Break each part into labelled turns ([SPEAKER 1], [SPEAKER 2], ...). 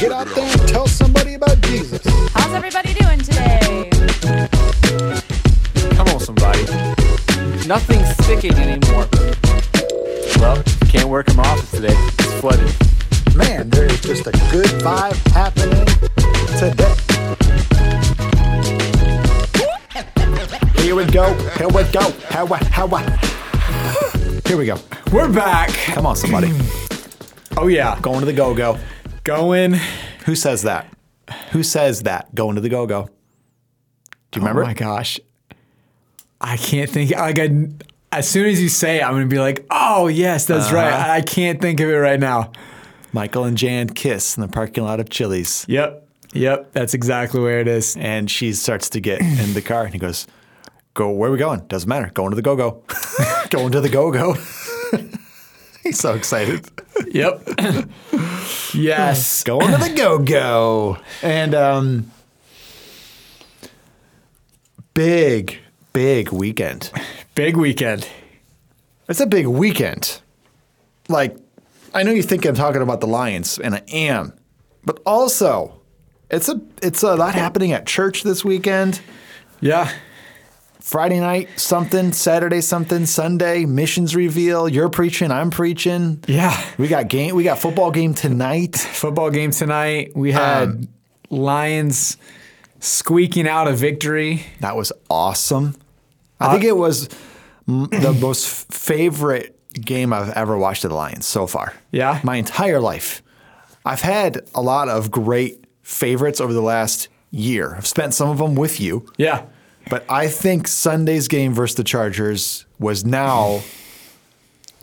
[SPEAKER 1] Get out there and tell somebody about Jesus.
[SPEAKER 2] How's everybody doing today?
[SPEAKER 3] Come on, somebody. Nothing's sticking anymore. Well, can't work in my office today. It's flooded.
[SPEAKER 1] Man, there is just a good vibe happening today. Here we go. Here we go. How what? How what? Here we go.
[SPEAKER 4] We're back.
[SPEAKER 1] Come on, somebody.
[SPEAKER 4] Oh yeah,
[SPEAKER 1] Going to the go go.
[SPEAKER 4] going.
[SPEAKER 1] Who says that? Who says that? Going to the go go. Do you remember?
[SPEAKER 4] Oh my gosh, I can't think. Like I, as soon as you say, it, I'm gonna be like, oh yes, that's right. I I can't think of it right now.
[SPEAKER 1] Michael and Jan kiss in the parking lot of Chili's.
[SPEAKER 4] Yep, yep, that's exactly where it is.
[SPEAKER 1] And she starts to get in the car and he goes, Go, where are we going? Doesn't matter. Going to the go go. going to the go go. He's so excited.
[SPEAKER 4] Yep. yes.
[SPEAKER 1] Going to the go go. And um, big, big weekend.
[SPEAKER 4] Big weekend.
[SPEAKER 1] It's a big weekend. Like, I know you think I'm talking about the Lions, and I am, but also, it's a it's a lot happening at church this weekend.
[SPEAKER 4] Yeah.
[SPEAKER 1] Friday night, something, Saturday, something, Sunday, missions reveal. You're preaching, I'm preaching.
[SPEAKER 4] Yeah.
[SPEAKER 1] We got game we got football game tonight.
[SPEAKER 4] Football game tonight. We had Lions squeaking out a victory.
[SPEAKER 1] That was awesome. I
[SPEAKER 4] Uh,
[SPEAKER 1] think it was m- the most favorite game I've ever watched of the Lions so far.
[SPEAKER 4] Yeah?
[SPEAKER 1] My entire life. I've had a lot of great favorites over the last year. I've spent some of them with you.
[SPEAKER 4] Yeah.
[SPEAKER 1] But I think Sunday's game versus the Chargers was now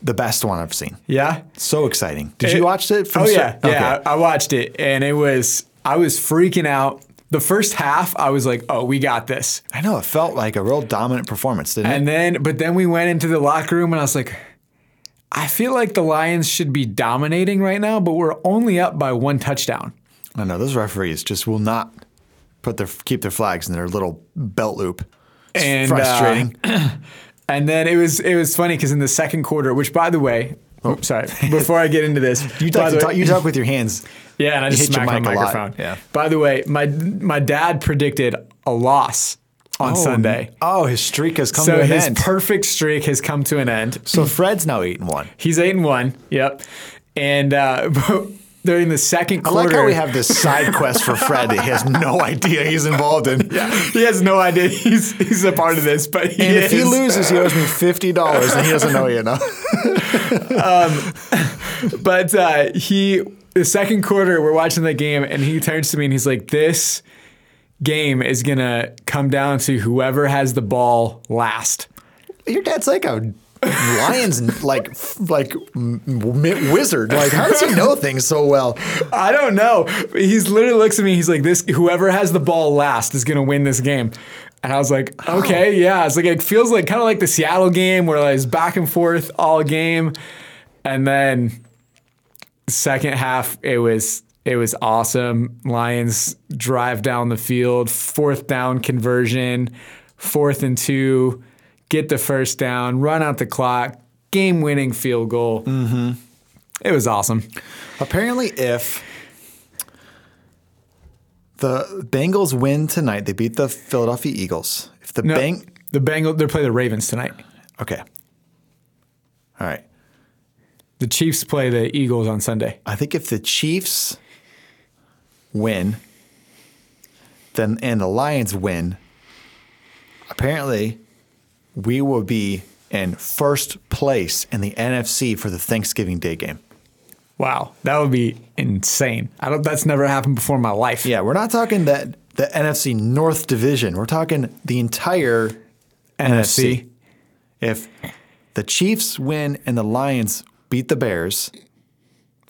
[SPEAKER 1] the best one I've seen.
[SPEAKER 4] Yeah.
[SPEAKER 1] So exciting. Did
[SPEAKER 4] It-
[SPEAKER 1] you watch it? From
[SPEAKER 4] oh
[SPEAKER 1] cer-
[SPEAKER 4] yeah,
[SPEAKER 1] Okay.
[SPEAKER 4] yeah. I, I watched it, and it was I was freaking out. The first half, I was like, "Oh, we got this,"
[SPEAKER 1] I know. It felt like a real dominant performance, didn't it?
[SPEAKER 4] and then but then we went into the locker room, and I was like, "I feel like the Lions should be dominating right now, but we're only up by one touchdown."
[SPEAKER 1] I know those referees just will not put their keep their flags in their little belt loop. It's
[SPEAKER 4] And, uh,
[SPEAKER 1] frustrating.
[SPEAKER 4] And then it was it was funny because in the second quarter, which by the way, oh. sorry, before I get into this,
[SPEAKER 1] you
[SPEAKER 4] by
[SPEAKER 1] talk,
[SPEAKER 4] the
[SPEAKER 1] to
[SPEAKER 4] way-
[SPEAKER 1] talk, you talk with your hands.
[SPEAKER 4] Yeah, and I just
[SPEAKER 1] hit your
[SPEAKER 4] smacked my
[SPEAKER 1] mic a lot.
[SPEAKER 4] microphone.
[SPEAKER 1] Yeah.
[SPEAKER 4] By the way, my my dad predicted a loss on Sunday.
[SPEAKER 1] Oh, his streak has come
[SPEAKER 4] So
[SPEAKER 1] to an
[SPEAKER 4] his
[SPEAKER 1] end.
[SPEAKER 4] perfect streak has come to an end.
[SPEAKER 1] so Fred's now eight and one.
[SPEAKER 4] He's eight and one. Yep. And uh, during the second
[SPEAKER 1] I
[SPEAKER 4] quarter,
[SPEAKER 1] like how we have this side quest for Fred that he has no idea he's involved in.
[SPEAKER 4] he has no idea he's he's a part of this, but he
[SPEAKER 1] And
[SPEAKER 4] is.
[SPEAKER 1] if he loses, he owes me fifty dollars, and he doesn't know you know.
[SPEAKER 4] But uh, he the second quarter, we're watching the game, and he turns to me and he's like, "This game is gonna come down to whoever has the ball last."
[SPEAKER 1] Your dad's like a lions, like like m- m- wizard. Like how does he know things so well?
[SPEAKER 4] I don't know. He's literally looks at me. He's like, "This whoever has the ball last is gonna win this game." And I was like, "Okay, yeah." It's like it feels like kind of like the Seattle game where like, it's back and forth all game, and then second half it was it was awesome. Lions drive down the field, fourth down conversion, fourth and two, get the first down, run out the clock, game winning field goal. Mm-hmm. It was awesome.
[SPEAKER 1] Apparently, if the Bengals win tonight, they beat the Philadelphia Eagles. If the
[SPEAKER 4] No,
[SPEAKER 1] Bang,
[SPEAKER 4] the Bengals. They play the Ravens tonight.
[SPEAKER 1] okay, all right.
[SPEAKER 4] The Chiefs play the Eagles on Sunday.
[SPEAKER 1] I think if the Chiefs win, then and the Lions win, apparently, we will be in first place in the NFC for the Thanksgiving Day game.
[SPEAKER 4] Wow, that would be insane. I don't. That's never happened before in my life.
[SPEAKER 1] Yeah, we're not talking that the NFC North division. We're talking the entire NFC.
[SPEAKER 4] NFC.
[SPEAKER 1] If the Chiefs win and the Lions beat the Bears,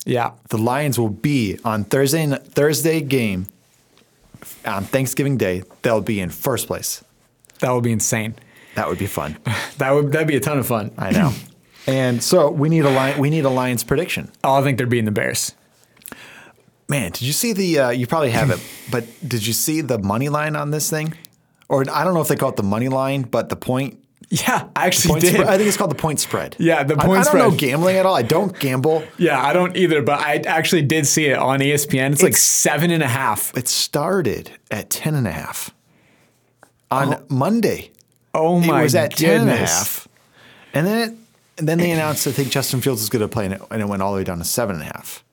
[SPEAKER 4] Yeah.
[SPEAKER 1] the Lions will be on Thursday Thursday game on Thanksgiving Day. They'll be in first place.
[SPEAKER 4] That would be insane.
[SPEAKER 1] That would be fun.
[SPEAKER 4] That would that'd be a ton of fun.
[SPEAKER 1] I know. and so we need a lion. We need a Lions prediction.
[SPEAKER 4] Oh, I think they're beating the Bears.
[SPEAKER 1] Man, did you see the? Uh, you probably have it, but did you see the money line on this thing? Or I don't know if they call it the money line, but the point
[SPEAKER 4] Yeah, I actually
[SPEAKER 1] Point
[SPEAKER 4] did.
[SPEAKER 1] spread- I think it's called the point spread.
[SPEAKER 4] Yeah, the
[SPEAKER 1] I-
[SPEAKER 4] point
[SPEAKER 1] I don't know
[SPEAKER 4] spread.
[SPEAKER 1] gambling at all. I don't gamble.
[SPEAKER 4] Yeah, I don't either, but I actually did see it on E ESPN. It's, like
[SPEAKER 1] It's-
[SPEAKER 4] seven and a half.
[SPEAKER 1] It started at 10 and a half on Monday.
[SPEAKER 4] Oh my
[SPEAKER 1] it was at 10 and a
[SPEAKER 4] goodness.
[SPEAKER 1] half. And then it, and then they announced I think Justin Fields was going to play and it, and it went all the way down to seven and a half.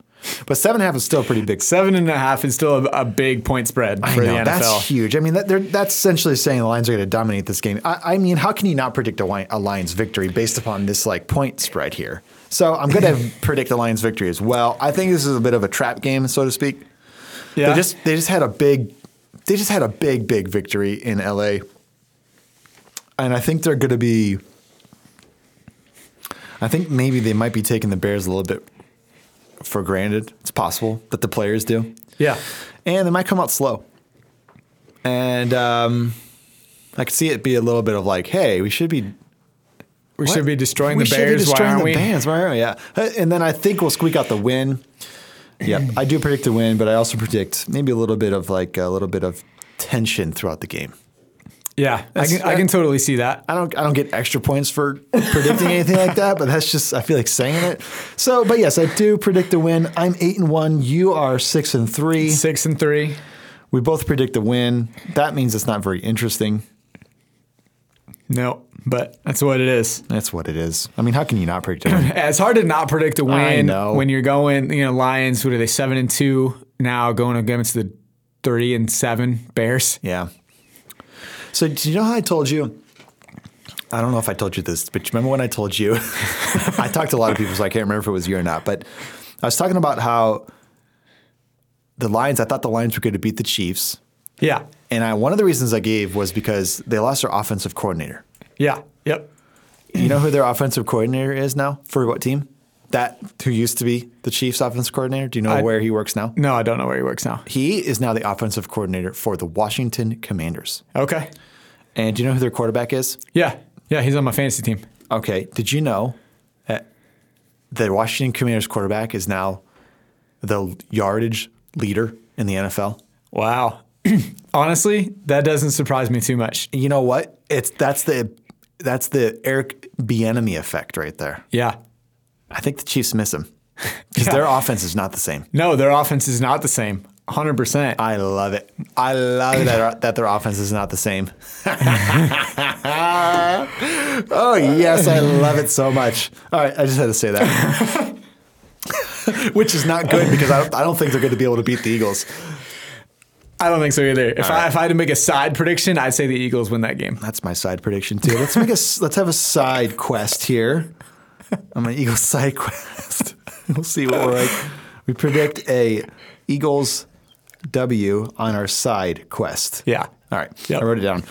[SPEAKER 1] But seven and a half is still a pretty big.
[SPEAKER 4] Seven and a half is still a, a big point spread
[SPEAKER 1] I
[SPEAKER 4] for
[SPEAKER 1] know,
[SPEAKER 4] the NFL.
[SPEAKER 1] that's huge. I mean, that, they're- that's essentially saying the Lions are going to dominate this game. I, I mean, how can you not predict a, Lion- a Lions victory based upon this like point spread here? So I'm going to predict a Lions victory as well. I think this is a bit of a trap game, so to speak.
[SPEAKER 4] yeah.
[SPEAKER 1] They just they just had a big they just had a big big victory in LA. And I think they're going to be I think maybe they might be taking the Bears a little bit for granted. It's possible that the players do.
[SPEAKER 4] yeah.
[SPEAKER 1] And they might come out slow. And um, I could see it be a little bit of like, hey, we should be
[SPEAKER 4] We
[SPEAKER 1] what?
[SPEAKER 4] should be destroying
[SPEAKER 1] We
[SPEAKER 4] the
[SPEAKER 1] should be
[SPEAKER 4] Bears.
[SPEAKER 1] destroying
[SPEAKER 4] Why aren't
[SPEAKER 1] the
[SPEAKER 4] we?
[SPEAKER 1] Bears. Why aren't we? Yeah. Uh, And then I think we'll squeak out the win. Yeah, I do predict a win, but I also predict maybe a little bit of like a little bit of tension throughout the game.
[SPEAKER 4] Yeah, I can, I
[SPEAKER 1] that-
[SPEAKER 4] can totally see that.
[SPEAKER 1] I don't I don't get extra points for predicting anything like that, but that's just I feel like saying it. So, but yes, I do predict a win. I'm eight and one. You are six and three.
[SPEAKER 4] Six and three.
[SPEAKER 1] We both predict a win. That means it's not very interesting.
[SPEAKER 4] No, but that's what it is.
[SPEAKER 1] That's what it is. I mean, how can you not predict a win?
[SPEAKER 4] Yeah, it's hard to not predict
[SPEAKER 1] I
[SPEAKER 4] a win
[SPEAKER 1] know.
[SPEAKER 4] when you're going, you know, Lions, what are they, seven and two now going against the 30 and seven Bears?
[SPEAKER 1] Yeah. So do you know how I told you? I don't know if I told you this, but you remember when I told you? I talked to a lot of people, so I can't remember if it was you or not. But I was talking about how the Lions. I thought the Lions were going to beat the Chiefs,
[SPEAKER 4] Yeah.
[SPEAKER 1] and I one of the reasons I gave was because they lost their offensive coordinator.
[SPEAKER 4] Yeah. Yep.
[SPEAKER 1] You know who their offensive coordinator is now for what team? That who used to be the Chiefs' offensive coordinator. Do you know
[SPEAKER 4] I-
[SPEAKER 1] where he works now?
[SPEAKER 4] No, I don't know where he works now.
[SPEAKER 1] He is now the offensive coordinator for the Washington Commanders.
[SPEAKER 4] Okay.
[SPEAKER 1] And do you know who their quarterback is?
[SPEAKER 4] Yeah. Yeah. He's on my fantasy team.
[SPEAKER 1] Okay. Did you know that the Washington Commanders quarterback is now the yardage leader in the NFL?
[SPEAKER 4] Wow. Honestly, that doesn't surprise me too much.
[SPEAKER 1] You know what? It's that's the that's the Eric Bieniemy effect right there.
[SPEAKER 4] Yeah.
[SPEAKER 1] I think the Chiefs miss him because their offense is not the same.
[SPEAKER 4] No, their offense is not the same. 100%.
[SPEAKER 1] I love it. I love that that their offense is not the same. oh yes, I love it so much. All right, I just had to say that, which is not good because I don't, I don't think they're going to be able to beat the Eagles.
[SPEAKER 4] I don't think so either. If, I,
[SPEAKER 1] right.
[SPEAKER 4] if I had to make a side prediction, I'd say the Eagles win that game.
[SPEAKER 1] That's my side prediction too. Let's make a s- let's have a side quest here. I'm an Eagles side quest. we'll see what we're like. We predict a Eagles W on our side quest.
[SPEAKER 4] Yeah.
[SPEAKER 1] All right.
[SPEAKER 4] Yep.
[SPEAKER 1] I wrote it down.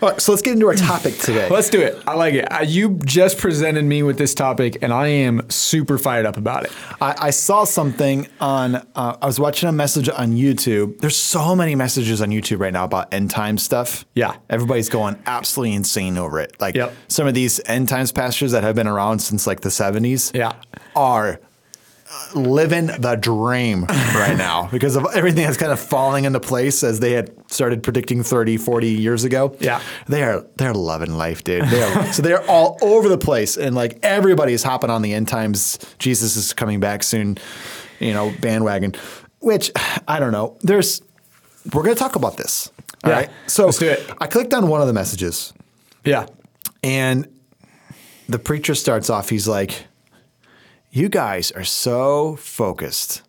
[SPEAKER 1] All right. So let's get into our topic today.
[SPEAKER 4] Let's do it. I like it. Uh, you just presented me with this topic, and I am super fired up about it.
[SPEAKER 1] I, I saw something on. Uh, I was watching a message on YouTube. There's so many messages on YouTube right now about end time stuff.
[SPEAKER 4] Yeah.
[SPEAKER 1] everybody's going absolutely insane over it. Like
[SPEAKER 4] Yep.
[SPEAKER 1] some of these end times pastors that have been around since like the 70s.
[SPEAKER 4] Yeah.
[SPEAKER 1] are uh, living the dream right now because of everything that's kind of falling into place as they had started predicting 30 40 years ago
[SPEAKER 4] Yeah.
[SPEAKER 1] they are they're loving life, dude. They are, so they're all over the place, and like everybody's hopping on the end times. Jesus is coming back soon, you know, bandwagon. Which I don't know. There's we're gonna talk about this. All
[SPEAKER 4] Yeah.
[SPEAKER 1] right. So
[SPEAKER 4] Let's do it.
[SPEAKER 1] I clicked on one of the messages,
[SPEAKER 4] Yeah.
[SPEAKER 1] and the preacher starts off. He's like, "You guys are so focused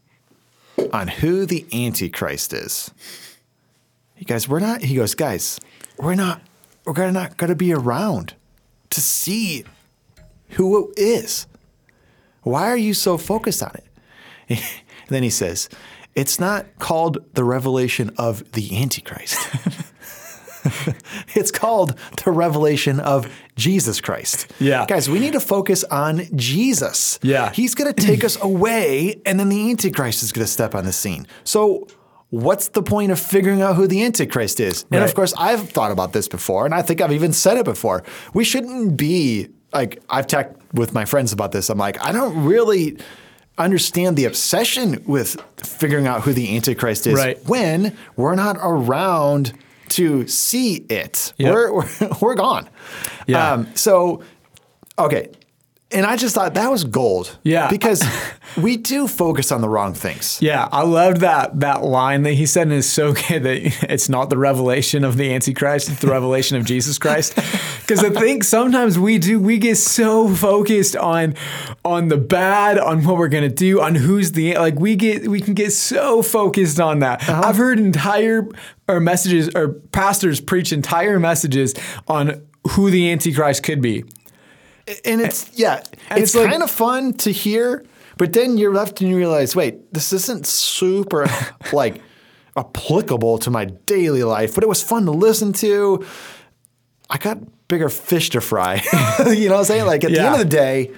[SPEAKER 1] on who the Antichrist is." You guys, we're not. He goes, guys, we're not. We're gonna not gonna be around to see who it is. Why are you so focused on it? And then he says, it's not called the revelation of the Antichrist. it's called the revelation of Jesus Christ.
[SPEAKER 4] Yeah.
[SPEAKER 1] Guys, we need to focus on Jesus.
[SPEAKER 4] Yeah.
[SPEAKER 1] He's going to take us away, and then the Antichrist is going to step on the scene. So, what's the point of figuring out who the Antichrist is? And of
[SPEAKER 4] Right.
[SPEAKER 1] course, I've thought about this before, and I think I've even said it before. We shouldn't be like, I've talked with my friends about this. I'm like, I don't really understand the obsession with figuring out who the Antichrist is
[SPEAKER 4] Right.
[SPEAKER 1] when we're not around to see it.
[SPEAKER 4] Yep.
[SPEAKER 1] We're, we're we're gone. Um,
[SPEAKER 4] Yeah.
[SPEAKER 1] so, okay, and I just thought that was gold.
[SPEAKER 4] Yeah.
[SPEAKER 1] Because we do focus on the wrong things.
[SPEAKER 4] Yeah, I loved that that line that he said, and it's so good that it's not the revelation of the Antichrist, it's the revelation of Jesus Christ. Because I think sometimes we do we get so focused on on the bad, on what we're gonna do, on who's the like we get we can get so focused on that. I've heard entire or messages or pastors preach entire messages on who the Antichrist could be.
[SPEAKER 1] and it's yeah,
[SPEAKER 4] and
[SPEAKER 1] it's,
[SPEAKER 4] it's like-
[SPEAKER 1] kind of fun to hear, but then you're left and you realize, wait, this isn't super like applicable to my daily life, but it was fun to listen to. I got bigger fish to fry. you know what I'm saying? Like at the
[SPEAKER 4] Yeah.
[SPEAKER 1] end of the day,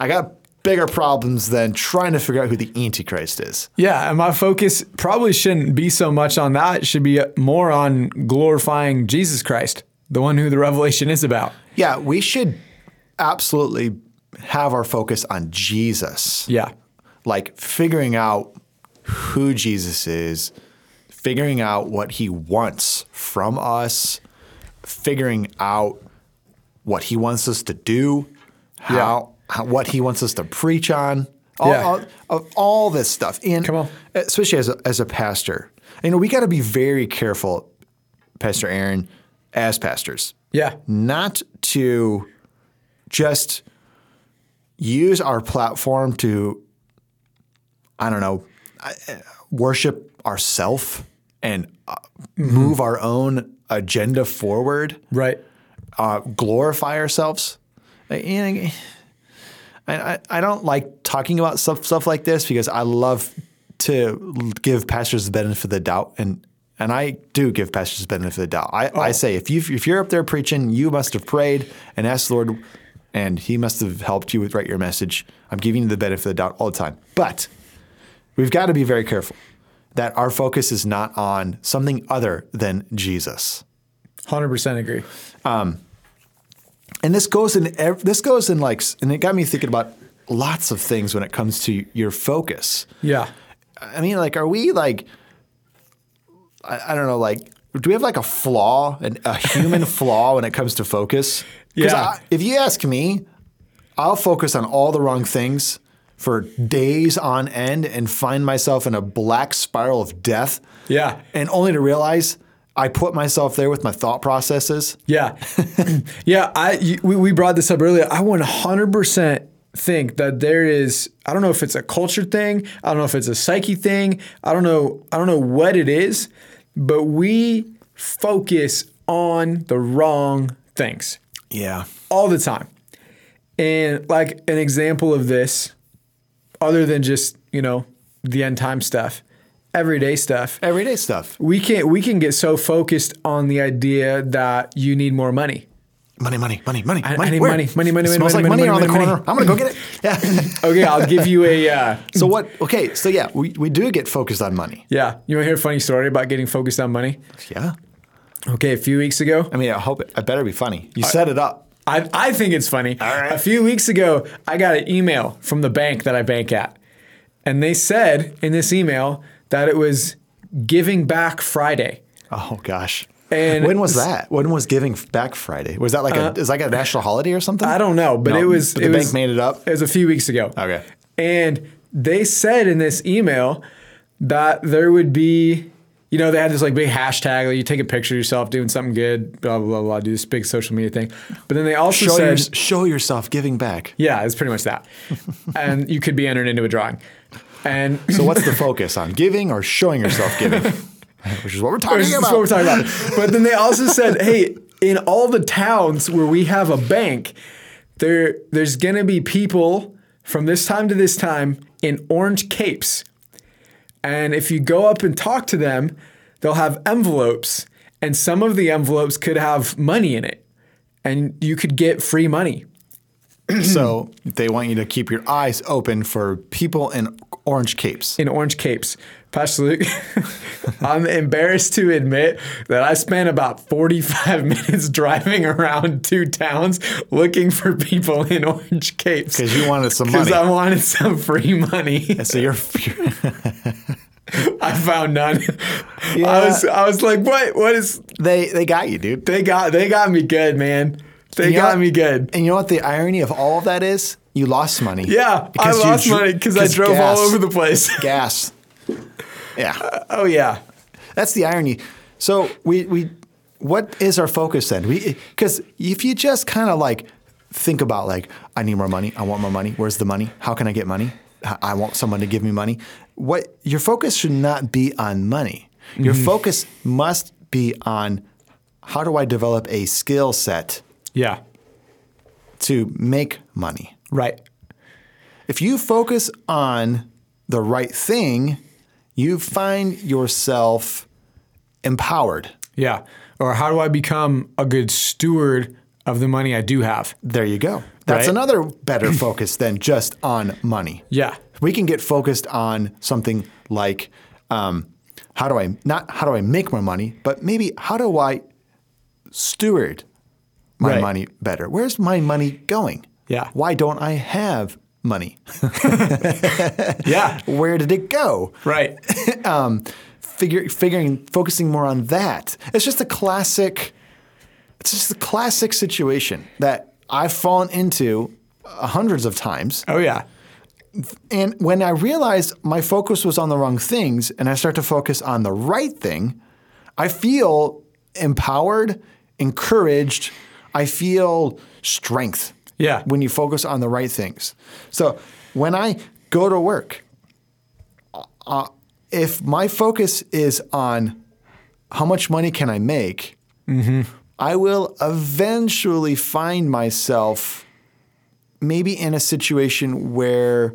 [SPEAKER 1] I got bigger problems than trying to figure out who the Antichrist is.
[SPEAKER 4] Yeah, and my focus probably shouldn't be so much on that. It should be more on glorifying Jesus Christ, the one who the revelation is about.
[SPEAKER 1] Yeah, we should absolutely have our focus on Jesus.
[SPEAKER 4] Yeah.
[SPEAKER 1] like figuring out who Jesus is, figuring out what he wants from us, figuring out what he wants us to do, how, how what he wants us to preach on, all,
[SPEAKER 4] Yeah.
[SPEAKER 1] all- of all this stuff. And
[SPEAKER 4] Come on.
[SPEAKER 1] especially as a, as a pastor, you know, we got to be very careful, Pastor Aaron, as pastors,
[SPEAKER 4] Yeah.
[SPEAKER 1] not to just use our platform to, I don't know, I- uh, worship ourself and uh, move our own agenda forward,
[SPEAKER 4] Right.
[SPEAKER 1] uh, glorify ourselves. Uh, And I, I, I don't like talking about stuff, stuff like this because I love to give pastors the benefit of the doubt and and I do give pastors the benefit of the doubt. I, I say if you if you're up there preaching, you must have prayed and asked the Lord, and He must have helped you with write your message. I'm giving you the benefit of the doubt all the time, but we've got to be very careful that our focus is not on something other than Jesus.
[SPEAKER 4] 100% agree.
[SPEAKER 1] and this goes in ev- this goes in like s- and it got me thinking about lots of things when it comes to your focus
[SPEAKER 4] Yeah.
[SPEAKER 1] i mean like are we like i, I don't know like do we have like a flaw an, a human flaw when it comes to focus 'Cause
[SPEAKER 4] Yeah.
[SPEAKER 1] I- if you ask me i'll focus on all the wrong things for days on end and find myself in a black spiral of death
[SPEAKER 4] Yeah.
[SPEAKER 1] and only to realize i put myself there with my thought processes
[SPEAKER 4] Yeah. yeah. I, you- we, we brought this up earlier. I 100% think that there is, I don't know if it's a culture thing. I don't know if it's a psyche thing. I don't know. I don't know what it is, but we focus on the wrong things.
[SPEAKER 1] yeah
[SPEAKER 4] all the time. And like an example of this, other than just, you know, the end time stuff, everyday stuff,
[SPEAKER 1] everyday stuff
[SPEAKER 4] we can we can get so focused on the idea that you need more money.
[SPEAKER 1] Money, money, money, money.
[SPEAKER 4] I- I
[SPEAKER 1] money,
[SPEAKER 4] need
[SPEAKER 1] Where?
[SPEAKER 4] money, money, money,
[SPEAKER 1] It
[SPEAKER 4] money,
[SPEAKER 1] Smells
[SPEAKER 4] money,
[SPEAKER 1] like money
[SPEAKER 4] money,
[SPEAKER 1] around the
[SPEAKER 4] money,
[SPEAKER 1] corner.
[SPEAKER 4] money.
[SPEAKER 1] I'm gonna go get it. Yeah.
[SPEAKER 4] Okay, I'll give you a uh,
[SPEAKER 1] so what? Okay. So yeah, we, we do get focused on money.
[SPEAKER 4] yeah. You want to hear a funny story about getting focused on money?
[SPEAKER 1] Yeah.
[SPEAKER 4] Okay, a few weeks ago,
[SPEAKER 1] I mean, I hope it, I better be funny. You set it up.
[SPEAKER 4] I, I think it's funny.
[SPEAKER 1] right.
[SPEAKER 4] A few weeks ago, I got an email from the bank that I bank at. And they said in this email that it was Giving Back Friday.
[SPEAKER 1] Oh gosh.
[SPEAKER 4] And- Uh,
[SPEAKER 1] when was that? When was Giving Back Friday? Was that like a is that like a national holiday or something?
[SPEAKER 4] I don't know, but
[SPEAKER 1] No,
[SPEAKER 4] it was.
[SPEAKER 1] but the
[SPEAKER 4] it
[SPEAKER 1] bank
[SPEAKER 4] was-
[SPEAKER 1] made it up.
[SPEAKER 4] It was a few weeks ago.
[SPEAKER 1] Okay.
[SPEAKER 4] And they said in this email that there would be, you know, they had this like big hashtag, like you take a picture of yourself doing something good, blah blah blah, blah do this big social media thing. But then they also
[SPEAKER 1] Show, your,
[SPEAKER 4] said,
[SPEAKER 1] show yourself giving back.
[SPEAKER 4] yeah, it's pretty much that, and you could be entered into a drawing. And
[SPEAKER 1] So what's the focus on giving or showing yourself giving? Which is what we're talking
[SPEAKER 4] That's
[SPEAKER 1] about.
[SPEAKER 4] what we're talking about. But then they also said, hey, in all the towns where we have a bank, there there's gonna be people from this time to this time in orange capes. And if you go up and talk to them, they'll have envelopes, and some of the envelopes could have money in it. And you could get free money.
[SPEAKER 1] So
[SPEAKER 4] Hmm.
[SPEAKER 1] they want you to keep your eyes open for people in orange capes.
[SPEAKER 4] in orange capes. Pastor Luke, I'm embarrassed to admit that I spent about 45 minutes driving around two towns looking for people in orange capes.
[SPEAKER 1] 'Cause you wanted some
[SPEAKER 4] Because
[SPEAKER 1] money.
[SPEAKER 4] I wanted some free money.
[SPEAKER 1] So you're
[SPEAKER 4] I found none. I
[SPEAKER 1] Yeah.
[SPEAKER 4] was I was like, what? What is?
[SPEAKER 1] They they got you, dude.
[SPEAKER 4] They got they got me good, man. They
[SPEAKER 1] You know
[SPEAKER 4] got
[SPEAKER 1] what-
[SPEAKER 4] me good.
[SPEAKER 1] And you know what the irony of all of that is? You lost money.
[SPEAKER 4] Yeah, I
[SPEAKER 1] you
[SPEAKER 4] lost
[SPEAKER 1] dr-
[SPEAKER 4] money because I drove
[SPEAKER 1] gas-
[SPEAKER 4] all over the place.
[SPEAKER 1] gas. Yeah,
[SPEAKER 4] oh yeah,
[SPEAKER 1] that's the irony. So we we, what is our focus then? We because if you just kind of like think about like I need more money, I want more money. Where's the money? How can I get money? I I want someone to give me money. What your focus should not be on money. Your focus must be on how do I develop a skill set
[SPEAKER 4] yeah,
[SPEAKER 1] to make money.
[SPEAKER 4] right.
[SPEAKER 1] If you focus on the right thing, you find yourself empowered.
[SPEAKER 4] Yeah. Or how do I become a good steward of the money I do have?
[SPEAKER 1] There you go. That's
[SPEAKER 4] Right.
[SPEAKER 1] another better focus than just on money.
[SPEAKER 4] Yeah.
[SPEAKER 1] We can get focused on something like um, how do I not how do I make more money, but maybe how do I steward my
[SPEAKER 4] Right.
[SPEAKER 1] money better? Where's my money going?
[SPEAKER 4] Yeah.
[SPEAKER 1] Why don't I have money?
[SPEAKER 4] Yeah.
[SPEAKER 1] Where did it go?
[SPEAKER 4] right.
[SPEAKER 1] um, figure, figuring, focusing more on that. It's just a classic. It's just a classic situation that I've fallen into uh, hundreds of times.
[SPEAKER 4] Oh yeah.
[SPEAKER 1] And when I realized my focus was on the wrong things, and I start to focus on the right thing, I feel empowered, encouraged. I feel strength.
[SPEAKER 4] Yeah.
[SPEAKER 1] When you focus on the right things. So when I go to work, uh, if my focus is on how much money can I make, I will eventually find myself maybe in a situation where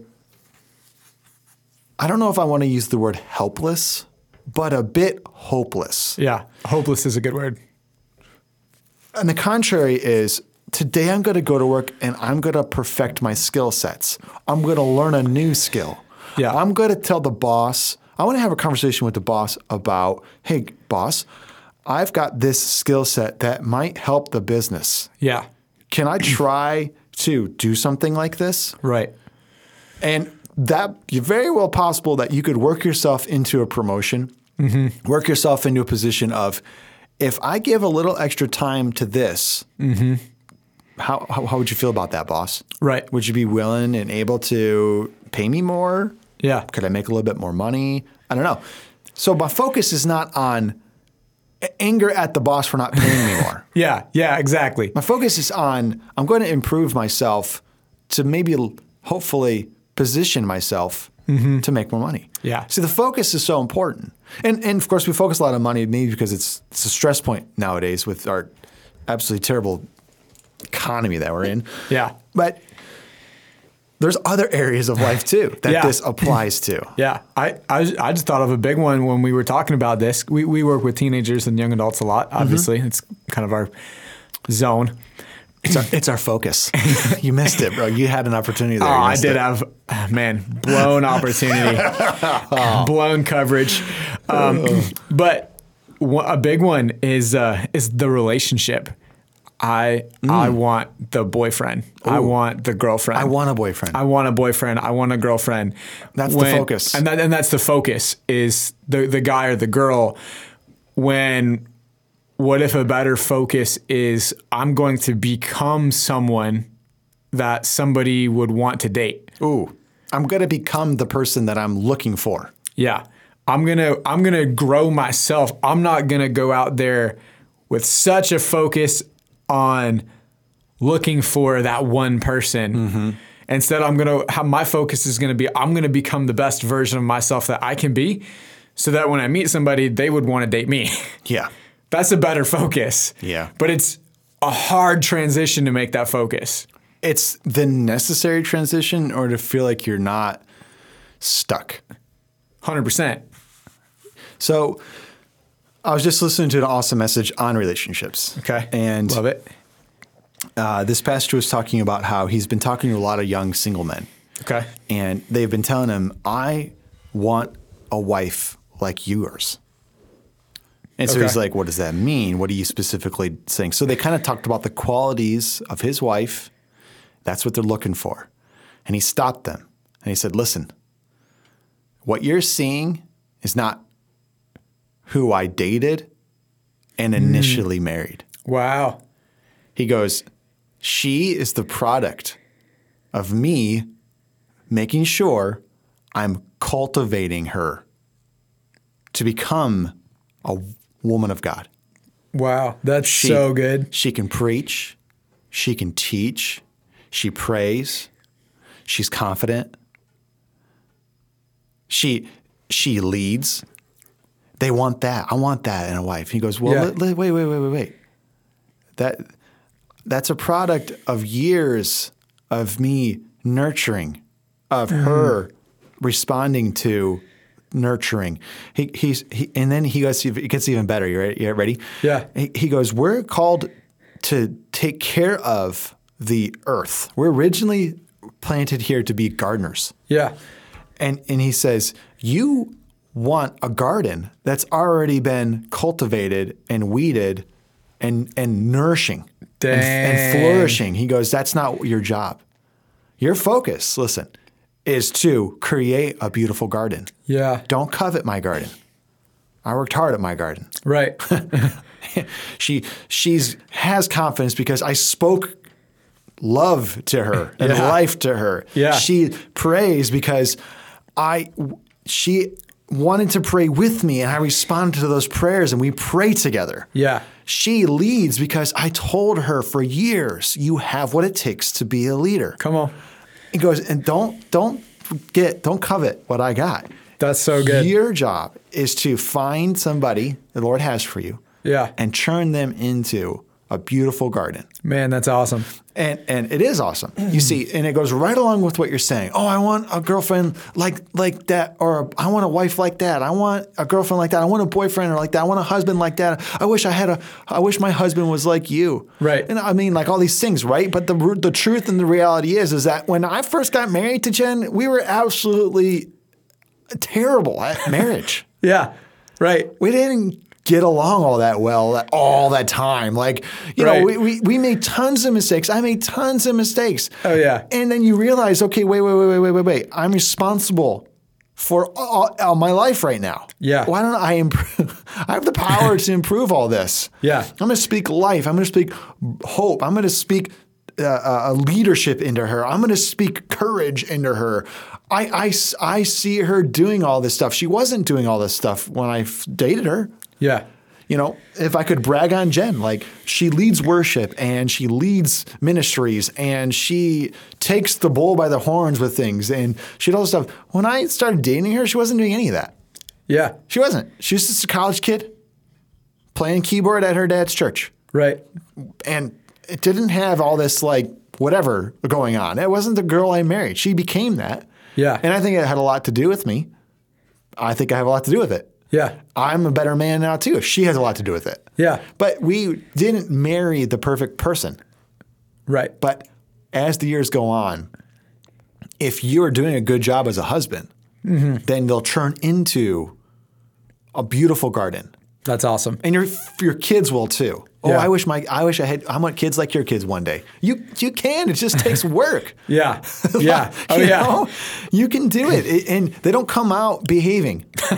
[SPEAKER 1] I don't know if I want to use the word helpless, but a bit hopeless.
[SPEAKER 4] Yeah. Hopeless is a good word.
[SPEAKER 1] And the contrary is today I'm going to go to work and I'm going to perfect my skill sets. I'm going to learn a new skill.
[SPEAKER 4] Yeah.
[SPEAKER 1] I'm going to tell the boss, I want to have a conversation with the boss about, hey, boss, I've got this skill set that might help the business.
[SPEAKER 4] Yeah.
[SPEAKER 1] Can I try to do something like this?
[SPEAKER 4] Right.
[SPEAKER 1] And that you're very well possible that you could work yourself into a promotion, work yourself into a position of, if I give a little extra time to this, how, how how would you feel about that, boss?
[SPEAKER 4] Right.
[SPEAKER 1] Would you be willing and able to pay me more?
[SPEAKER 4] Yeah.
[SPEAKER 1] Could I make a little bit more money? I don't know. So my focus is not on a- anger at the boss for not paying me more.
[SPEAKER 4] Yeah. Yeah. Exactly.
[SPEAKER 1] My focus is on I'm going to improve myself to maybe l- hopefully position myself to make more money.
[SPEAKER 4] Mm-hmm. Yeah.
[SPEAKER 1] See, the focus is so important. And and of course we focus a lot on money maybe because it's it's a stress point nowadays with our absolutely terrible economy that we're in.
[SPEAKER 4] Yeah.
[SPEAKER 1] But there's other areas of life too that
[SPEAKER 4] Yeah.
[SPEAKER 1] this applies to.
[SPEAKER 4] Yeah, I, I, was- I just thought of a big one when we were talking about this. We, we work with teenagers and young adults a lot, obviously. It's kind of our zone.
[SPEAKER 1] It's our, it's our focus. you missed it, bro. You had an opportunity there.
[SPEAKER 4] Oh,
[SPEAKER 1] You
[SPEAKER 4] I
[SPEAKER 1] missed
[SPEAKER 4] did
[SPEAKER 1] it.
[SPEAKER 4] have, ah, man, blown opportunity, blown coverage. Um, but one, a big one is uh, is the relationship. I I want the boyfriend. I want the girlfriend.
[SPEAKER 1] Mm. I want a boyfriend.
[SPEAKER 4] I want a boyfriend. I want a girlfriend.
[SPEAKER 1] That's the focus.
[SPEAKER 4] and that, and that's the focus is the the guy or the girl. When what if a better focus is I'm going to become someone that somebody would want to date.
[SPEAKER 1] Ooh, I'm going to become the person that I'm looking for.
[SPEAKER 4] Yeah. I'm going to I'm going to grow myself. I'm not going to go out there with such a focus on looking for that one person. Instead, I'm going to have my focus is going to be I'm going to become the best version of myself that I can be so that when I meet somebody, they would want to date me.
[SPEAKER 1] Yeah.
[SPEAKER 4] That's a better focus.
[SPEAKER 1] Yeah.
[SPEAKER 4] But it's a hard transition to make that focus.
[SPEAKER 1] It's the necessary transition in order to feel like you're not stuck.
[SPEAKER 4] 100%.
[SPEAKER 1] So I was just listening to an awesome message on relationships.
[SPEAKER 4] Okay.
[SPEAKER 1] And
[SPEAKER 4] love it.
[SPEAKER 1] Uh, this pastor was talking about how he's been talking to a lot of young single men.
[SPEAKER 4] Okay.
[SPEAKER 1] And they've been telling him, I want a wife like yours. And so
[SPEAKER 4] Okay.
[SPEAKER 1] he's like, What does that mean? What are you specifically saying? So they kind of talked about the qualities of his wife. That's what they're looking for. And he stopped them and he said, Listen, what you're seeing is not who I dated and initially married.
[SPEAKER 4] Wow.
[SPEAKER 1] He goes, She is the product of me making sure I'm cultivating her to become a woman of God.
[SPEAKER 4] Wow. That's
[SPEAKER 1] She-
[SPEAKER 4] so good.
[SPEAKER 1] She can preach, she can teach, she prays, she's confident. She she leads. They want that. I want that in a wife. He goes, "Well,
[SPEAKER 4] Yeah.
[SPEAKER 1] li- li- wait, wait, wait, wait, wait. That that's a product of years of me nurturing, of her responding to nurturing. He, he's he, and then he goes. It gets even better. You ready? You ready?
[SPEAKER 4] Yeah.
[SPEAKER 1] He, he goes. We're called to take care of the earth. We're originally planted here to be gardeners.
[SPEAKER 4] Yeah.
[SPEAKER 1] And and he says, "You want a garden that's already been cultivated and weeded and and nourishing and, and
[SPEAKER 4] Dang.
[SPEAKER 1] flourishing." He goes, "That's not your job. Your focus, listen, is to create a beautiful garden.
[SPEAKER 4] Yeah.
[SPEAKER 1] Don't covet my garden. I worked hard at my garden."
[SPEAKER 4] Right.
[SPEAKER 1] she she's has confidence because I spoke love to her and
[SPEAKER 4] Yeah.
[SPEAKER 1] life to her.
[SPEAKER 4] Yeah.
[SPEAKER 1] She prays because I she wanted to pray with me and I responded to those prayers and we pray together.
[SPEAKER 4] Yeah.
[SPEAKER 1] She leads because I told her for years you have what it takes to be a leader.
[SPEAKER 4] Come on.
[SPEAKER 1] He goes and don't don't get don't covet what I got.
[SPEAKER 4] That's so good.
[SPEAKER 1] Your job is to find somebody the Lord has for you,
[SPEAKER 4] Yeah.
[SPEAKER 1] and turn them into a beautiful garden.
[SPEAKER 4] Man, that's awesome.
[SPEAKER 1] And and it is awesome. You see, and it goes right along with what you're saying. Oh, I want a girlfriend like like that, or I want a wife like that. I want a girlfriend like that. I want a boyfriend like that. I want a husband like that. I wish I had a. I wish my husband was like you.
[SPEAKER 4] Right.
[SPEAKER 1] And I mean, like all these things, right? But the ru- the truth and the reality is, is that when I first got married to Jen, we were absolutely terrible at marriage
[SPEAKER 4] Yeah. Right.
[SPEAKER 1] we didn't get along all that well that- all that time. Like, you know, we,
[SPEAKER 4] Right.
[SPEAKER 1] we, we made tons of mistakes. I made tons of mistakes.
[SPEAKER 4] Oh, yeah.
[SPEAKER 1] And then you realize, okay, wait, wait, wait, wait, wait, wait, wait. I'm responsible for all, all my life right now.
[SPEAKER 4] Yeah.
[SPEAKER 1] Why don't I improve? I have the power to improve all this.
[SPEAKER 4] Yeah.
[SPEAKER 1] I'm going to speak life. I'm going to speak hope. I'm going to speak uh, uh, leadership into her. I'm going to speak courage into her. I, I s- I see her doing all this stuff. She wasn't doing all this stuff when I f- dated her.
[SPEAKER 4] Yeah.
[SPEAKER 1] You know, if I could brag on Jen, like she leads worship and she leads ministries and she takes the bull by the horns with things and she did all this stuff. When I started dating her, she wasn't doing any of that.
[SPEAKER 4] Yeah.
[SPEAKER 1] She wasn't. She was just a college kid playing keyboard at her dad's church
[SPEAKER 4] Right.
[SPEAKER 1] and it didn't have all this like whatever going on. It wasn't the girl I married. She became that.
[SPEAKER 4] Yeah.
[SPEAKER 1] And I think it had a lot to do with me. I think I have a lot to do with it.
[SPEAKER 4] Yeah.
[SPEAKER 1] I'm a better man now too. She has a lot to do with it.
[SPEAKER 4] Yeah.
[SPEAKER 1] But we didn't marry the perfect person.
[SPEAKER 4] Right.
[SPEAKER 1] But as the years go on, if you're doing a good job as a husband,
[SPEAKER 4] Mm-hmm.
[SPEAKER 1] then they'll turn into a beautiful garden
[SPEAKER 4] That's awesome.
[SPEAKER 1] and your your kids will too. Oh,
[SPEAKER 4] Yeah.
[SPEAKER 1] I wish my I wish I had I want kids like your kids one day. You you can. It just takes work.
[SPEAKER 4] Yeah. Yeah. Oh
[SPEAKER 1] you
[SPEAKER 4] yeah.
[SPEAKER 1] know? you can do it, It- and they don't come out behaving.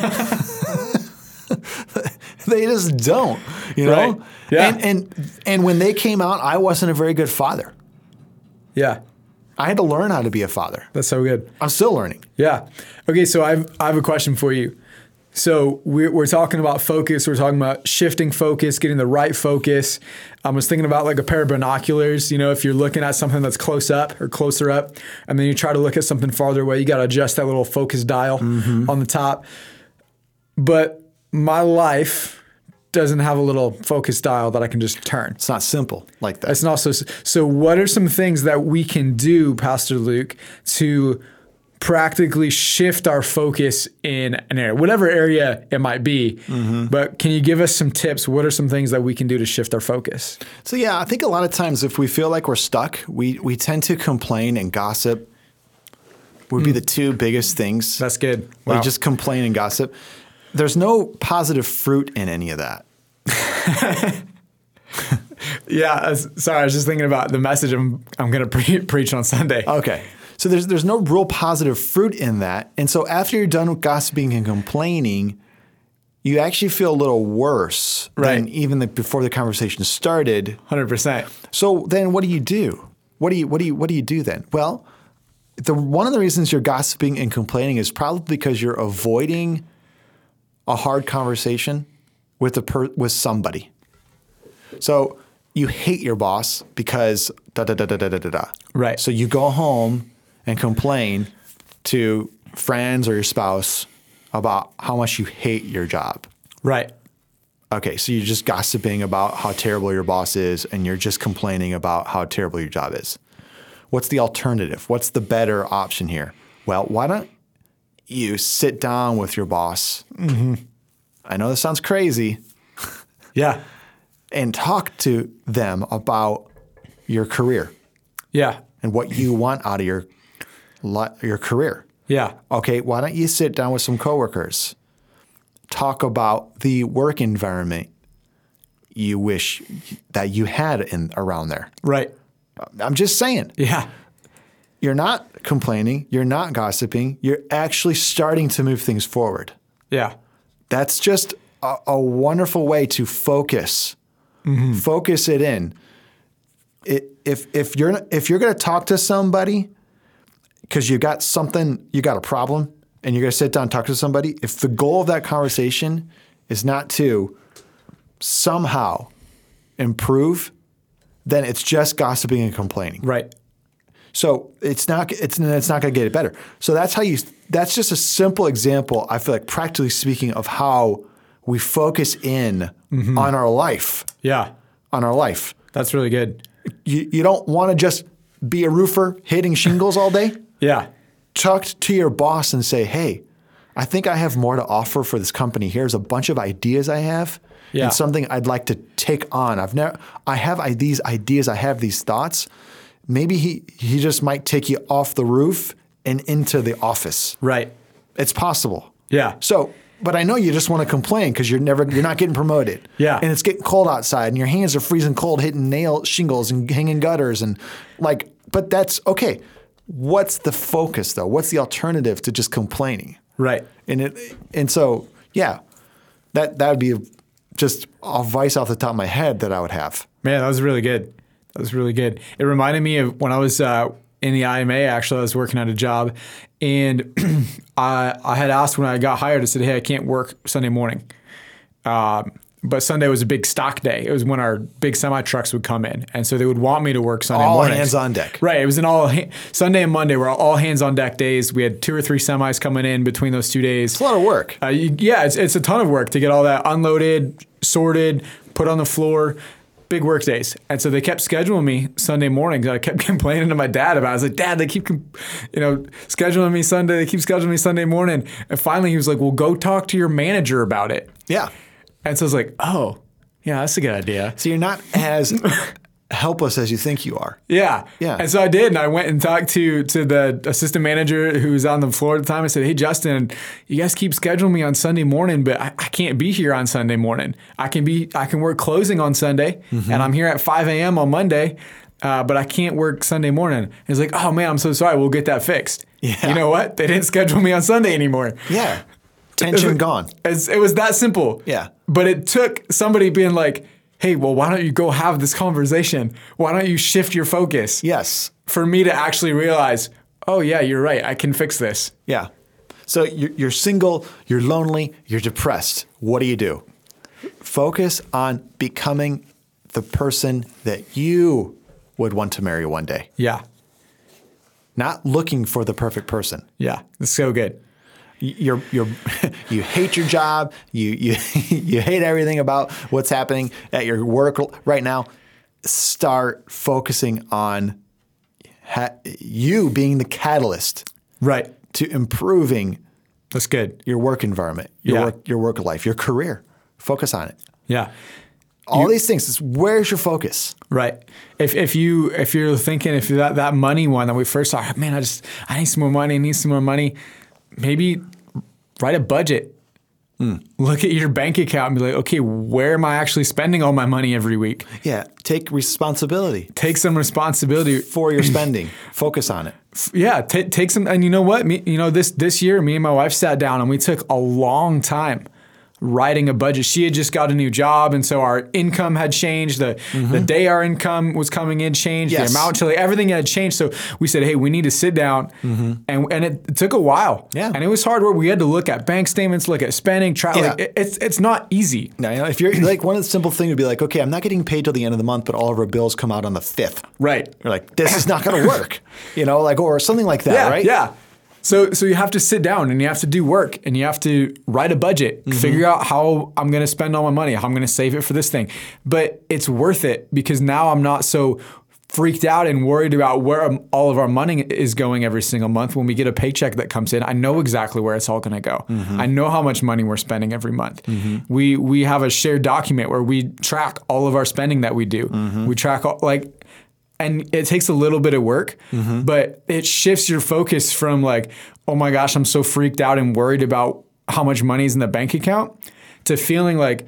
[SPEAKER 1] they just don't, you know.
[SPEAKER 4] Right. Yeah.
[SPEAKER 1] And and and when they came out, I wasn't a very good father.
[SPEAKER 4] Yeah.
[SPEAKER 1] I had to learn how to be a father.
[SPEAKER 4] That's so good.
[SPEAKER 1] I'm still learning.
[SPEAKER 4] Yeah. Okay. So I've I have a question for you. So we're, we're talking about focus. We're talking about shifting focus, getting the right focus. I was thinking about like a pair of binoculars. You know, if you're looking at something that's close up or closer up, and then you try to look at something farther away, you got to adjust that little focus dial on the top. But my life doesn't have a little focus dial that I can just turn.
[SPEAKER 1] It's not simple like that.
[SPEAKER 4] It's not so. So, what are some things that we can do, Pastor Luke, to practically shift our focus in an area, whatever area it might be? But can you give us some tips? What are some things that we can do to shift our focus?
[SPEAKER 1] So yeah, I think a lot of times if we feel like we're stuck, we we tend to complain and gossip. Would be the two biggest things.
[SPEAKER 4] Hmm. That's good.
[SPEAKER 1] We
[SPEAKER 4] Wow.
[SPEAKER 1] just complain and gossip. There's no positive fruit in any of that.
[SPEAKER 4] Yeah. I was- sorry, I was just thinking about the message I'm, I'm going to pre- preach on Sunday.
[SPEAKER 1] Okay. So there's there's no real positive fruit in that. And so after you're done with gossiping and complaining, you actually feel a little worse
[SPEAKER 4] Right.
[SPEAKER 1] than even the, before the conversation started.
[SPEAKER 4] 100%.
[SPEAKER 1] So then, what do you do? What do you what do you what do you do then? Well, the one of the reasons you're gossiping and complaining is probably because you're avoiding a hard conversation with a per, with somebody. So you hate your boss because da da da da da da da da.
[SPEAKER 4] Right.
[SPEAKER 1] So you go home and complain to friends or your spouse about how much you hate your job.
[SPEAKER 4] Right.
[SPEAKER 1] Okay, so you're just gossiping about how terrible your boss is and you're just complaining about how terrible your job is. What's the alternative? What's the better option here? Well, why don't you sit down with your boss? Mm-hmm. I know this sounds crazy,
[SPEAKER 4] Yeah.
[SPEAKER 1] and talk to them about your career
[SPEAKER 4] Yeah.
[SPEAKER 1] and what you want out of your li- your career.
[SPEAKER 4] Yeah.
[SPEAKER 1] Okay, why don't you sit down with some coworkers? Talk about the work environment you wish that you had in around there.
[SPEAKER 4] Right.
[SPEAKER 1] I'm just saying,
[SPEAKER 4] Yeah.
[SPEAKER 1] you're not complaining, you're not gossiping, you're actually starting to move things forward.
[SPEAKER 4] Yeah.
[SPEAKER 1] That's just a, a wonderful way to focus. Focus it in. It, if if you're if you're going to talk to somebody because you got something, you got a problem, and you're going to sit down and talk to somebody, if the goal of that conversation is not to somehow improve, then it's just gossiping and complaining.
[SPEAKER 4] Right.
[SPEAKER 1] So it's not it's it's not going to get it better. So that's how you that's just a simple example. I feel like practically speaking of how we focus in on our life,
[SPEAKER 4] Yeah.
[SPEAKER 1] on our life.
[SPEAKER 4] That's really good.
[SPEAKER 1] You you don't want to just be a roofer hitting shingles all day.
[SPEAKER 4] Yeah.
[SPEAKER 1] Talk to your boss and say, "Hey, I think I have more to offer for this company. Here's a bunch of ideas I have."
[SPEAKER 4] Yeah.
[SPEAKER 1] And something I'd like to take on. I've never, I have I, these ideas, I have these thoughts. Maybe he he just might take you off the roof and into the office.
[SPEAKER 4] Right.
[SPEAKER 1] It's possible.
[SPEAKER 4] Yeah.
[SPEAKER 1] So, but I know you just want to complain because you're never you're not getting promoted.
[SPEAKER 4] Yeah.
[SPEAKER 1] And it's getting cold outside, and your hands are freezing cold, hitting nail shingles and hanging gutters, and like. But that's okay. What's the focus though? What's the alternative to just complaining?
[SPEAKER 4] Right.
[SPEAKER 1] And it and so yeah, that that would be just a vice off the top of my head that I would have.
[SPEAKER 4] Man, that was really good. That was really good. It reminded me of when I was uh, in the IMA. Actually, I was working at a job, and I, I had asked when I got hired. I said, "Hey, I can't work Sunday morning." Um, but Sunday was a big stock day. It was when our big semi trucks would come in, and so they would want me to work Sunday
[SPEAKER 1] All
[SPEAKER 4] mornings.
[SPEAKER 1] hands on deck.
[SPEAKER 4] Right. It was an all ha- Sunday and Monday were all hands on deck days. We had two or three semis coming in between those two days.
[SPEAKER 1] It's a lot of work.
[SPEAKER 4] Uh, you, yeah, it's, it's a ton of work to get all that unloaded, sorted, put on the floor. Big work days. And so they kept scheduling me Sunday mornings. I kept complaining to my dad about it. I was like, Dad, they keep, com- you know, scheduling me Sunday. They keep scheduling me Sunday morning. And finally he was like, Well, go talk to your manager about it.
[SPEAKER 1] Yeah.
[SPEAKER 4] And so I was like, Oh, yeah, that's a good idea.
[SPEAKER 1] So you're not as helpless as you think you are.
[SPEAKER 4] Yeah.
[SPEAKER 1] Yeah.
[SPEAKER 4] And so I did. And I went and talked to to the assistant manager who was on the floor at the time. I said, Hey, Justin, you guys keep scheduling me on Sunday morning, but I, I can't be here on Sunday morning. I can be, I can work closing on Sunday
[SPEAKER 1] Mm-hmm.
[SPEAKER 4] and I'm here at 5 a.m. on Monday, uh, but I can't work Sunday morning. And he's like, Oh man, I'm so sorry. We'll get that fixed.
[SPEAKER 1] Yeah.
[SPEAKER 4] You know what? They didn't schedule me on Sunday anymore.
[SPEAKER 1] Yeah. Tension
[SPEAKER 4] It's-
[SPEAKER 1] gone.
[SPEAKER 4] It's, it was that simple.
[SPEAKER 1] Yeah.
[SPEAKER 4] But it took somebody being like, Hey, well, why don't you go have this conversation? Why don't you shift your focus?
[SPEAKER 1] Yes.
[SPEAKER 4] for me to actually realize, oh yeah, you're right. I can fix this.
[SPEAKER 1] Yeah. So you're, you're single, you're lonely, you're depressed. What do you do? Focus on becoming the person that you would want to marry one day,
[SPEAKER 4] Yeah,
[SPEAKER 1] not looking for the perfect person.
[SPEAKER 4] yeah, it's so good.
[SPEAKER 1] Y- You're, you're, you hate your job, you, you, you hate everything about what's happening at your work right now. Start focusing on ha- you being the catalyst
[SPEAKER 4] Right,
[SPEAKER 1] to improving
[SPEAKER 4] that's good.
[SPEAKER 1] your work environment, your
[SPEAKER 4] Yeah.
[SPEAKER 1] work, your work life, your career. Focus on it.
[SPEAKER 4] Yeah,
[SPEAKER 1] All these things. It's where's your focus?
[SPEAKER 4] right. If if you if you're thinking if that that money one that we first saw, man, I just I need some more money. I need some more money. Maybe write a budget. Look at your bank account and be like, okay, where am I actually spending all my money every week?
[SPEAKER 1] Yeah. Take responsibility
[SPEAKER 4] Take some responsibility
[SPEAKER 1] for your spending. focus on it.
[SPEAKER 4] yeah, ta take some. And you know what? Me, you know this this year, me and my wife sat down and we took a long time riding a budget. She had just got a new job, and so our income had changed. The the day our income was coming in changed.
[SPEAKER 1] Mm-hmm. Yes.
[SPEAKER 4] The amount to like everything had changed. So we said, hey, we need to sit down, and and it took a while.
[SPEAKER 1] Mm-hmm. Yeah.
[SPEAKER 4] and it was hard work. We had to look at bank statements, look at spending. Try
[SPEAKER 1] Yeah.
[SPEAKER 4] like it- it's it's not easy.
[SPEAKER 1] Now, you know, if you're like one of the simple thing would be like, okay, I'm not getting paid till the end of the month, but all of our bills come out on the fifth.
[SPEAKER 4] Right.
[SPEAKER 1] You're like, this is not going to work, you know, like or something like that,
[SPEAKER 4] yeah,
[SPEAKER 1] right?
[SPEAKER 4] Yeah. So so you have to sit down and you have to do work and you have to write a budget,
[SPEAKER 1] Mm-hmm.
[SPEAKER 4] figure out how I'm going to spend all my money, how I'm going to save it for this thing. But it's worth it because now I'm not so freaked out and worried about where um, all of our money is going every single month when we get a paycheck that comes in. I know exactly where it's all going to go.
[SPEAKER 1] Mm-hmm.
[SPEAKER 4] I know how much money we're spending every month. We we have a shared document where we track all of our spending that we do.
[SPEAKER 1] Mm-hmm.
[SPEAKER 4] We track all, like and it takes a little bit of work, but it shifts your focus from like, oh my gosh, I'm so freaked out and worried about how much money is in the bank account to feeling like,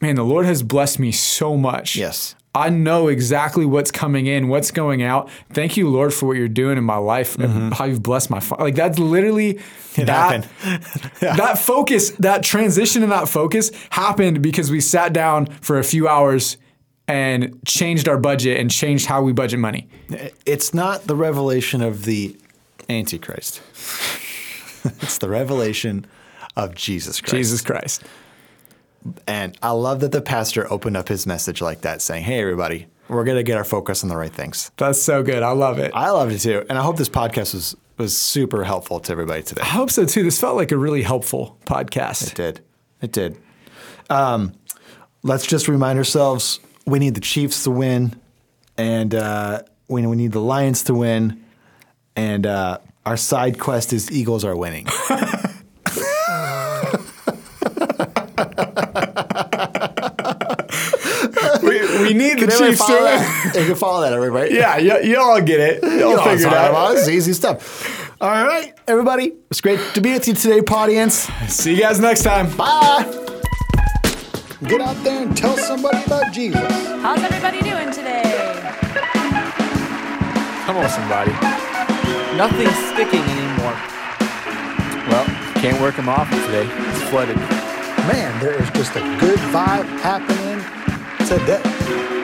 [SPEAKER 4] man, the Lord has blessed me so much.
[SPEAKER 1] Yes.
[SPEAKER 4] I know exactly what's coming in, what's going out. Thank you, Lord, for what you're doing in my life and how you've blessed my fa- like that's literally that that focus, that transition and that focus happened because we sat down for a few hours and changed our budget and changed how we budget money.
[SPEAKER 1] It's not the revelation of the Antichrist. it's the revelation of Jesus Christ.
[SPEAKER 4] Jesus Christ.
[SPEAKER 1] And I love that the pastor opened up his message like that, saying, Hey, everybody, we're going to get our focus on the right things.
[SPEAKER 4] That's so good. I love it. I
[SPEAKER 1] I loved it too. And I hope this podcast was, was super helpful to everybody today.
[SPEAKER 4] hope so too. This felt like a really helpful podcast.
[SPEAKER 1] It did. It did. Um, let's just remind ourselves we need the Chiefs to win, and uh, we, we need the Lions to win, and uh, our side quest is Eagles are winning.
[SPEAKER 4] We, we need the
[SPEAKER 1] Everybody
[SPEAKER 4] Chiefs
[SPEAKER 1] follow
[SPEAKER 4] to
[SPEAKER 1] that? You can follow that, everybody.
[SPEAKER 4] Yeah, y- y'all get it. Y'all,
[SPEAKER 1] You know what I'm
[SPEAKER 4] figure it
[SPEAKER 1] talking about.
[SPEAKER 4] out.
[SPEAKER 1] It's easy stuff. All right, everybody. It's great to be with you today, audience.
[SPEAKER 4] See you guys next time.
[SPEAKER 1] Bye. Get out there and tell somebody about Jesus.
[SPEAKER 2] How's everybody doing today?
[SPEAKER 3] Come on, somebody. Nothing's sticking anymore. Well, can't work in my office today. It's flooded.
[SPEAKER 1] Man, there is just a good vibe happening today.